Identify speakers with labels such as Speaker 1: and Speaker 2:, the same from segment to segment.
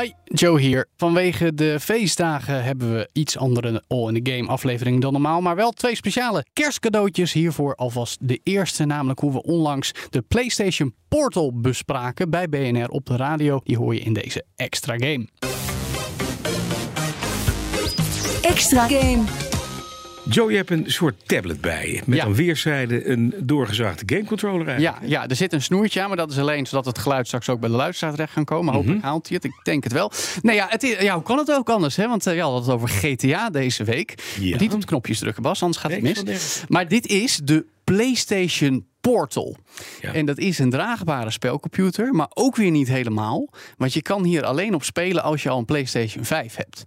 Speaker 1: Hi, Joe hier. Vanwege de feestdagen hebben we iets andere All in the Game aflevering dan normaal, maar wel twee speciale kerstcadeautjes hiervoor alvast. De eerste namelijk hoe we onlangs de PlayStation Portal bespraken bij BNR op de radio. Die hoor je in deze extra game.
Speaker 2: Extra game.
Speaker 3: Joe, je hebt een soort tablet bij je. Met
Speaker 1: Ja.
Speaker 3: aan weerszijden een doorgezaagde gamecontroller eigenlijk.
Speaker 1: Ja, ja, er zit een snoertje aan, maar dat is alleen zodat het geluid straks ook bij de luisteraar terecht kan komen. Hopelijk
Speaker 3: Mhm.
Speaker 1: haalt hij het, ik denk het wel. Nou ja, het is, ja hoe kan het ook anders? Hè? Want eh, ja, we hadden het over GTA deze week.
Speaker 3: Ja.
Speaker 1: Maar Niet op de knopjes drukken, Bas, anders gaat het
Speaker 3: Nee, ik zal
Speaker 1: mis. Maar dit is de PlayStation Portal.
Speaker 3: Ja.
Speaker 1: En dat is een draagbare spelcomputer, maar ook weer niet helemaal. Want je kan hier alleen op spelen als je al een PlayStation 5 hebt.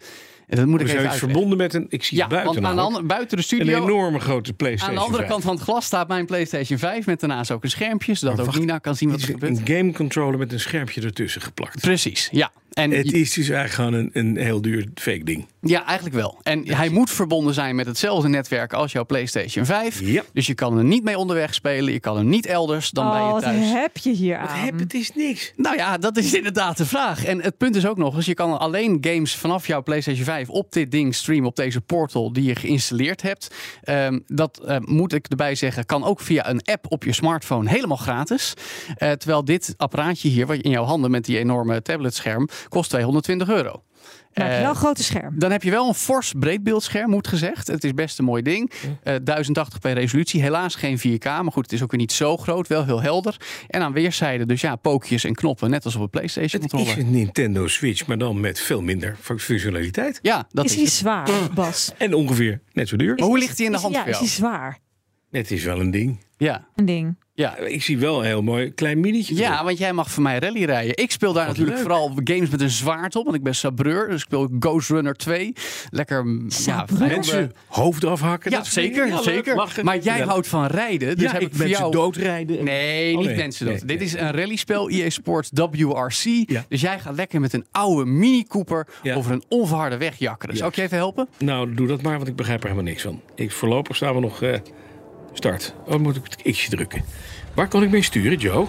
Speaker 1: En dat moet
Speaker 3: We
Speaker 1: ik
Speaker 3: zijn
Speaker 1: even
Speaker 3: iets
Speaker 1: uitleggen.
Speaker 3: Dus Oh, verbonden met een, ik zie
Speaker 1: Ja,
Speaker 3: het buiten
Speaker 1: want aan de
Speaker 3: namelijk,
Speaker 1: andere- buiten de
Speaker 3: een
Speaker 1: studio...
Speaker 3: enorme grote
Speaker 1: Aan
Speaker 3: Playstation.
Speaker 1: de andere
Speaker 3: 5.
Speaker 1: kant van het glas staat mijn PlayStation 5 met daarnaast ook een schermpje, zodat ook Nina kan zien wat er
Speaker 3: Een
Speaker 1: gebeurt.
Speaker 3: gamecontroller met een schermpje ertussen geplakt.
Speaker 1: Precies, ja. En
Speaker 3: Het is dus eigenlijk gewoon een, een heel duur fake ding.
Speaker 1: ja, eigenlijk wel. En hij moet verbonden zijn met hetzelfde netwerk als jouw PlayStation 5.
Speaker 3: Ja.
Speaker 1: Dus je kan er niet mee onderweg spelen, je kan er niet elders dan bij
Speaker 2: Oh,
Speaker 1: je
Speaker 2: wat
Speaker 1: thuis.
Speaker 2: heb je hier aan?
Speaker 3: Heb, het is niks.
Speaker 1: Nou ja, dat is inderdaad de vraag. En het punt is ook nog eens, je kan alleen games vanaf jouw PlayStation 5 op dit ding streamen, op deze portal die je geïnstalleerd hebt. Ehm, dat eh, moet ik erbij zeggen, kan ook via een app op je smartphone helemaal gratis. Eh, terwijl dit apparaatje hier, wat je in jouw handen met die enorme tabletscherm, kost 220 euro.
Speaker 2: Dan heb je
Speaker 1: Eh,
Speaker 2: wel een Nou, grote scherm.
Speaker 1: dan heb je wel een fors breedbeeldscherm, moet gezegd. Het is best een mooi ding. Eh 1080p resolutie, helaas geen 4K. Maar goed, het is ook weer niet zo groot, wel heel helder. En aan weerszijden dus ja, pookjes en knoppen, net als op een PlayStation
Speaker 3: Het is
Speaker 1: controller.
Speaker 3: een Nintendo Switch, maar dan met veel minder functionaliteit.
Speaker 1: Ja, dat
Speaker 2: is
Speaker 1: is
Speaker 2: hij
Speaker 1: het.
Speaker 2: zwaar, Bas?
Speaker 3: En ongeveer net zo duur.
Speaker 1: Maar hoe ligt die in de
Speaker 2: Is-
Speaker 1: hand
Speaker 2: Ja,
Speaker 1: voor
Speaker 2: is
Speaker 1: jou?
Speaker 2: hij zwaar?
Speaker 3: Het is wel een ding.
Speaker 1: Ja,
Speaker 2: Een ding.
Speaker 1: ja.
Speaker 3: Ik zie wel een heel mooi klein minietje.
Speaker 1: Ja,
Speaker 3: erop.
Speaker 1: want jij mag voor mij rally rijden. Ik speel daar natuurlijk
Speaker 3: leuk.
Speaker 1: vooral games met een zwaard op, want ik ben sabreur. Dus ik speel Ghost Runner 2. Lekker, mm, ja,
Speaker 2: Sabreur?
Speaker 1: vijanden.
Speaker 3: Mensen hoofd afhakken.
Speaker 1: Ja,
Speaker 3: dat soort dingen.
Speaker 1: zeker,
Speaker 3: Ja, leuk,
Speaker 1: zeker.
Speaker 3: lachen.
Speaker 1: Maar jij
Speaker 3: Ja.
Speaker 1: houdt van rijden, dus
Speaker 3: Ja,
Speaker 1: heb
Speaker 3: ik
Speaker 1: ik voor
Speaker 3: mensen
Speaker 1: jou...
Speaker 3: doodrijden.
Speaker 1: Nee,
Speaker 3: Oh,
Speaker 1: niet
Speaker 3: nee,
Speaker 1: mensen dood.
Speaker 3: nee,
Speaker 1: Dit
Speaker 3: nee.
Speaker 1: is een rallyspel, EA Sports WRC. Dus jij gaat lekker met een oude Mini Cooper
Speaker 3: Ja.
Speaker 1: over een onverharde weg jakkeren. Zou ik je even helpen?
Speaker 3: Nou, doe dat maar, want ik begrijp er helemaal niks van. Ik, voorlopig staan we nog eh, start. Oh, dan moet ik het xje drukken. Waar kan ik mee sturen, Joe?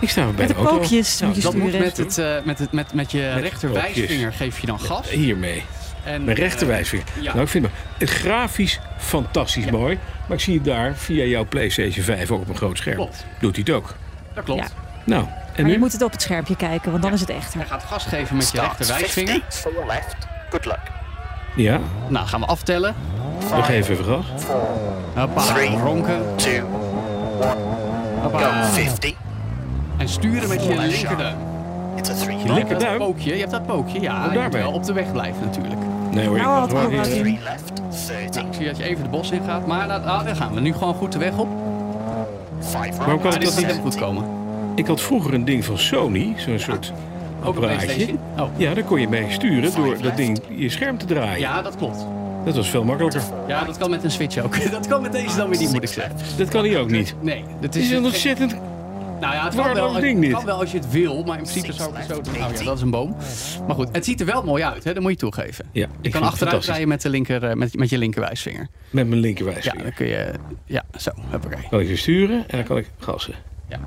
Speaker 3: Ik sta bij
Speaker 2: Met de
Speaker 3: auto. Nou,
Speaker 2: pookjes moet je
Speaker 1: Dat moet
Speaker 2: sturen.
Speaker 1: met, het, eh, met, het, met, met je rechterwijsvinger geef je dan gas.
Speaker 3: Hiermee.
Speaker 1: En,
Speaker 3: Mijn rechterwijsvinger.
Speaker 1: eh, ja.
Speaker 3: Nou, ik vind het het grafisch fantastisch mooi. Maar ik zie het daar via jouw PlayStation 5 ook op een groot scherm.
Speaker 1: Klopt.
Speaker 3: Doet hij het ook.
Speaker 1: eh, dat klopt.
Speaker 2: Ja.
Speaker 3: Nou, en
Speaker 2: Maar
Speaker 3: nu?
Speaker 2: je moet het op het schermpje kijken, want dan is het
Speaker 1: Hij
Speaker 2: echter.
Speaker 1: gaat gas geven met je rechterwijsvinger.
Speaker 4: 50 for your left. Good luck.
Speaker 3: Ja,
Speaker 1: Nou, gaan we aftellen.
Speaker 3: nog even even gas.
Speaker 1: Hoppa, ronken.
Speaker 4: Two,
Speaker 1: Hoppa.
Speaker 4: 50.
Speaker 1: En sturen met je linkerduim.
Speaker 4: It's a three.
Speaker 3: Je
Speaker 1: Je hebt dat
Speaker 3: linkerduim.
Speaker 1: pookje, je hebt dat pookje. Ja, je moet
Speaker 3: daarbij.
Speaker 1: wel op de weg blijven natuurlijk.
Speaker 3: Nee hoor, ik
Speaker 2: Nou,
Speaker 3: mag
Speaker 2: wat
Speaker 3: wel
Speaker 2: goed.
Speaker 3: niet.
Speaker 4: Three left. 30.
Speaker 1: Ik zie dat je even de bos in gaat, maar dat, ah, daar gaan we nu gewoon goed de weg op.
Speaker 4: Five
Speaker 3: Waarom kan
Speaker 4: right.
Speaker 1: Maar dit gaat
Speaker 3: dat niet?
Speaker 1: helemaal goed komen.
Speaker 3: Ik had vroeger een ding van Sony, zo'n soort
Speaker 1: Ook op
Speaker 3: apparaatje.
Speaker 1: PlayStation. Oh.
Speaker 3: Ja, daar kon je mee sturen door dat ding je scherm te draaien.
Speaker 1: Ja, dat klopt.
Speaker 3: Dat was veel makkelijker.
Speaker 1: Ja, dat kan met een Switch ook. Dat kan met deze dan weer niet, moet ik zeggen.
Speaker 3: Dat kan hij ook niet.
Speaker 1: Nee, dat
Speaker 3: Het
Speaker 1: is
Speaker 3: is een
Speaker 1: het-
Speaker 3: ontzettend...
Speaker 1: Nou ja, het kan
Speaker 3: waardeloos
Speaker 1: wel, het
Speaker 3: ding dit.
Speaker 1: kan wel als je het wil, maar in principe zou ik het zo doen. Oh ja, dat is een boom. Maar goed, het ziet er wel mooi uit, hè? dat moet je toegeven.
Speaker 3: Ja,
Speaker 1: je
Speaker 3: ik
Speaker 1: kan
Speaker 3: vind het
Speaker 1: achteruit
Speaker 3: fantastisch.
Speaker 1: rijden met, de linker, eh, met, met je linkerwijsvinger.
Speaker 3: Met mijn
Speaker 1: Ja,
Speaker 3: linkerwijsvinger.
Speaker 1: dan kun je... Ja, zo, hoppakee.
Speaker 3: Kan ik weer sturen en dan kan ik gassen.
Speaker 1: Ja.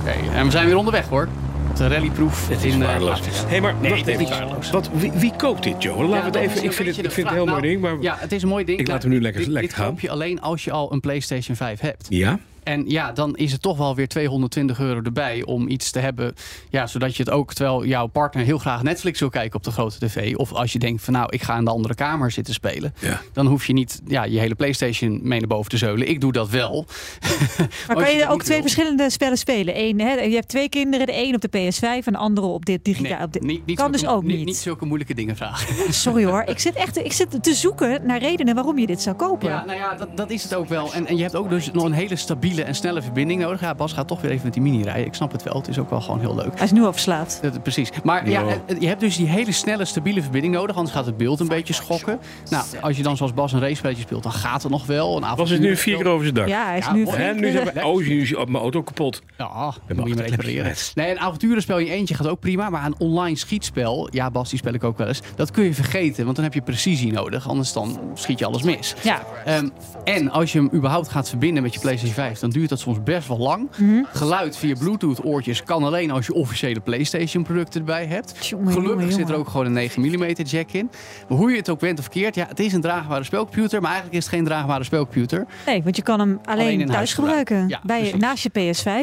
Speaker 1: Oké, en we zijn weer onderweg hoor. Op de rallyproef.
Speaker 3: Het is
Speaker 1: in, eh,
Speaker 3: waardeloos.
Speaker 1: Afrika.
Speaker 3: Hé, maar
Speaker 1: Nee,
Speaker 3: wacht
Speaker 1: dat is
Speaker 3: even.
Speaker 1: niet waardeloos.
Speaker 3: Wat, wie, wie koopt dit, Joe? Laten
Speaker 1: Ja,
Speaker 3: we
Speaker 1: dat
Speaker 3: het
Speaker 1: is
Speaker 3: even...
Speaker 1: een
Speaker 3: Ik vind het,
Speaker 1: beetje
Speaker 3: ik
Speaker 1: de
Speaker 3: vind het een heel
Speaker 1: vraag.
Speaker 3: mooi ding, maar...
Speaker 1: Nou, Ja, het is een mooi ding.
Speaker 3: Ik laat hem nu lekker-
Speaker 1: dit,
Speaker 3: lekker
Speaker 1: dit
Speaker 3: gaan.
Speaker 1: koop je alleen als je al een PlayStation 5 hebt.
Speaker 3: Ja?
Speaker 1: En ja, dan is het toch wel weer 220 euro erbij om iets te hebben. Ja, zodat je het ook, terwijl jouw partner heel graag Netflix wil kijken op de grote tv. Of als je denkt van nou, ik ga in de andere kamer zitten spelen.
Speaker 3: Ja.
Speaker 1: Dan hoef je niet ja, je hele Playstation mee naar boven te zeulen. Ik doe dat wel.
Speaker 2: Maar
Speaker 1: als
Speaker 2: kan
Speaker 1: je
Speaker 2: je
Speaker 1: dat
Speaker 2: er ook
Speaker 1: niet
Speaker 2: twee
Speaker 1: wil.
Speaker 2: verschillende spellen spelen? Eén, hè, je hebt twee kinderen, de een op de PS5 en de andere op dit digitaal. op dit-
Speaker 1: niet, niet
Speaker 2: kan
Speaker 1: zulke-
Speaker 2: dus ook
Speaker 1: niet.
Speaker 2: niet.
Speaker 1: Niet zulke moeilijke dingen vragen.
Speaker 2: Sorry hoor, ik zit echt ik zit te zoeken naar redenen waarom je dit zou kopen.
Speaker 1: Ja, nou ja, dat, dat is het ook wel. En, en je hebt ook dus nog een hele stabiele stabiele en snelle verbinding nodig. Ja, Bas gaat toch weer even met die mini rijden. Ik snap het wel. Het is ook wel gewoon heel leuk.
Speaker 2: Hij is nu al verslaafd.
Speaker 1: Dat- precies. Maar ja,
Speaker 3: Ja.
Speaker 1: eh, je hebt dus die hele snelle, stabiele verbinding nodig. Anders gaat het beeld een beetje schokken. Nou, als je dan zoals Bas een racepletje speelt, dan gaat het nog wel. Een
Speaker 3: Was het nu vier keer over zijn dak?
Speaker 2: Ja, hij is
Speaker 1: Ja,
Speaker 2: nu
Speaker 1: mooi.
Speaker 3: Hè,
Speaker 2: vier
Speaker 3: nu
Speaker 2: keer-
Speaker 3: zijn we, oh, nu is mijn auto kapot.
Speaker 1: Ja,
Speaker 3: ben
Speaker 1: dan moet je maar
Speaker 3: achter de
Speaker 1: repareren.
Speaker 3: klepjes.
Speaker 1: Nee, een avonturenspel in je eentje gaat ook prima. Maar een online schietspel, ja Bas, die spel ik ook wel eens. Dat kun je vergeten, want dan heb je precisie nodig. Anders dan schiet je alles mis.
Speaker 2: Ja.
Speaker 1: Ehm, en als je hem überhaupt gaat verbinden met je PlayStation 5, dan duurt dat soms best wel lang. Geluid via Bluetooth-oortjes kan alleen als je officiële PlayStation-producten erbij hebt.
Speaker 2: Tjonge,
Speaker 1: Gelukkig
Speaker 2: jonge,
Speaker 1: zit er
Speaker 2: jonge.
Speaker 1: ook gewoon een 9mm jack in. Maar hoe je het ook bent of keert, ja, het is een draagbare spelcomputer. Maar eigenlijk is het geen draagbare spelcomputer.
Speaker 2: Nee, want je kan hem alleen,
Speaker 1: Alleen in huis
Speaker 2: thuis gebruiken.
Speaker 1: gebruiken. Ja,
Speaker 2: bij,
Speaker 1: precies.
Speaker 2: naast je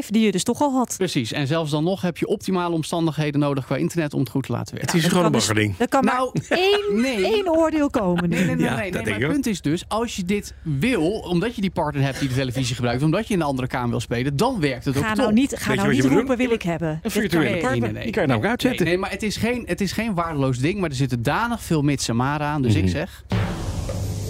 Speaker 2: PS5, die je dus toch al had.
Speaker 1: Precies. En zelfs dan nog heb je optimale omstandigheden nodig qua internet om het goed te laten werken.
Speaker 3: Het is
Speaker 2: Dat
Speaker 3: gewoon een
Speaker 2: kan dus-
Speaker 3: baggerding.
Speaker 2: Er kan
Speaker 1: Nou,
Speaker 2: maar één,
Speaker 1: nee.
Speaker 2: één oordeel komen nu.
Speaker 1: Nee, nee, nee.
Speaker 3: Ja,
Speaker 1: nee, nee.
Speaker 3: dat denk
Speaker 1: maar
Speaker 3: ik
Speaker 1: het
Speaker 3: ook.
Speaker 1: punt is dus, als je dit wil, omdat je die partner hebt die de televisie gebruikt, omdat je in een andere kamer wil spelen, dan werkt het ook
Speaker 2: Ga
Speaker 1: top.
Speaker 2: nou niet, ga
Speaker 3: Weet je wat
Speaker 2: nou
Speaker 3: je
Speaker 2: niet
Speaker 3: moet doen?
Speaker 2: roepen, wil ik hebben.
Speaker 3: Een
Speaker 2: Dit
Speaker 3: virtuele
Speaker 2: kan-
Speaker 3: partner.
Speaker 1: Nee, nee, nee.
Speaker 3: Die kan je namelijk
Speaker 1: Nee,
Speaker 3: uitzetten.
Speaker 1: nee, maar het is, geen, het is geen waardeloos ding, maar er zitten danig veel mits en maren aan. Dus ik zeg,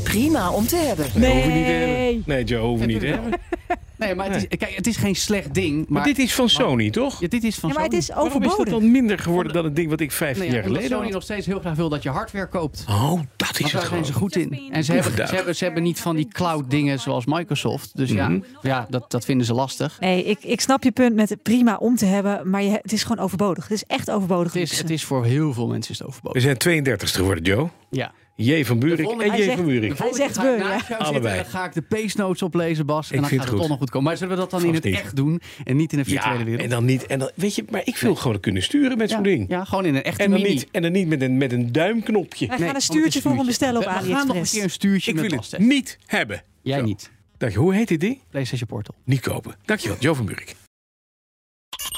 Speaker 5: Prima om te hebben.
Speaker 3: Hoef je niet eh, te hebben.
Speaker 2: Nee.
Speaker 3: Nee, Joe, hoeven niet. Hè? Maar,
Speaker 1: nee, maar het is, kijk, het is geen slecht ding, maar,
Speaker 3: dit is van Sony, toch?
Speaker 1: ja, dit is van
Speaker 2: Ja, maar het
Speaker 1: Sony.
Speaker 2: is
Speaker 3: Waarom is dat
Speaker 2: overbodig.
Speaker 3: dan minder geworden dan het ding wat ik 15
Speaker 1: Nee, ja,
Speaker 3: jaar
Speaker 1: omdat
Speaker 3: geleden
Speaker 1: Sony
Speaker 3: had?
Speaker 1: nog steeds heel graag wil dat je hardware koopt.
Speaker 3: Oh, dat is
Speaker 1: Want
Speaker 3: het
Speaker 1: daar zijn ze
Speaker 3: gewoon.
Speaker 1: goed in. En ze hebben, ze, hebben, ze hebben niet van die cloud dingen zoals Microsoft. Dus ja,
Speaker 3: Mhm.
Speaker 1: ja dat, dat vinden ze lastig.
Speaker 2: Nee, ik, ik snap je punt met het prima om te hebben, maar je, het is gewoon overbodig. Het is echt overbodig.
Speaker 1: Het is, het is voor heel veel mensen is het overbodig.
Speaker 3: We zijn 32 geworden, Joe.
Speaker 1: Ja.
Speaker 3: J van Buurik
Speaker 1: volgende-
Speaker 3: en
Speaker 2: hij
Speaker 3: J
Speaker 2: zegt-
Speaker 3: van Buurik.
Speaker 2: Hij zegt
Speaker 1: Volgende keer ga
Speaker 2: we,
Speaker 1: ik naast jou zitten
Speaker 3: Allebei.
Speaker 1: en Dan ga ik de pace notes oplezen, Bas. En
Speaker 3: Ik
Speaker 1: dan
Speaker 3: vind
Speaker 1: gaat het
Speaker 3: het
Speaker 1: toch
Speaker 3: goed.
Speaker 1: nog goed komen. Maar zullen we dat dan in
Speaker 3: Vast
Speaker 1: het
Speaker 3: niet.
Speaker 1: echt doen en niet in een virtuele
Speaker 3: Ja,
Speaker 1: wereld?
Speaker 3: en dan niet. En dan, weet je, maar ik wil gewoon kunnen sturen met
Speaker 1: ja,
Speaker 3: zo'n ding.
Speaker 1: ja, gewoon in een echte
Speaker 3: En dan
Speaker 1: mini.
Speaker 3: niet, en dan niet met, een, met een duimknopje.
Speaker 2: Wij
Speaker 1: Nee,
Speaker 2: gaan een
Speaker 1: want
Speaker 2: stuurtje voor hem bestellen op
Speaker 1: We- We gaan nog een
Speaker 2: AliExpress.
Speaker 1: keer een stuurtje
Speaker 3: Ik
Speaker 1: met
Speaker 3: wil
Speaker 1: Bas
Speaker 3: het
Speaker 1: testen.
Speaker 3: niet hebben.
Speaker 1: Jij
Speaker 3: Zo.
Speaker 1: niet.
Speaker 3: Dank je. Hoe heet dit ding?
Speaker 1: PlayStation Portal.
Speaker 3: Niet kopen. Dankjewel, Jo van Buurik.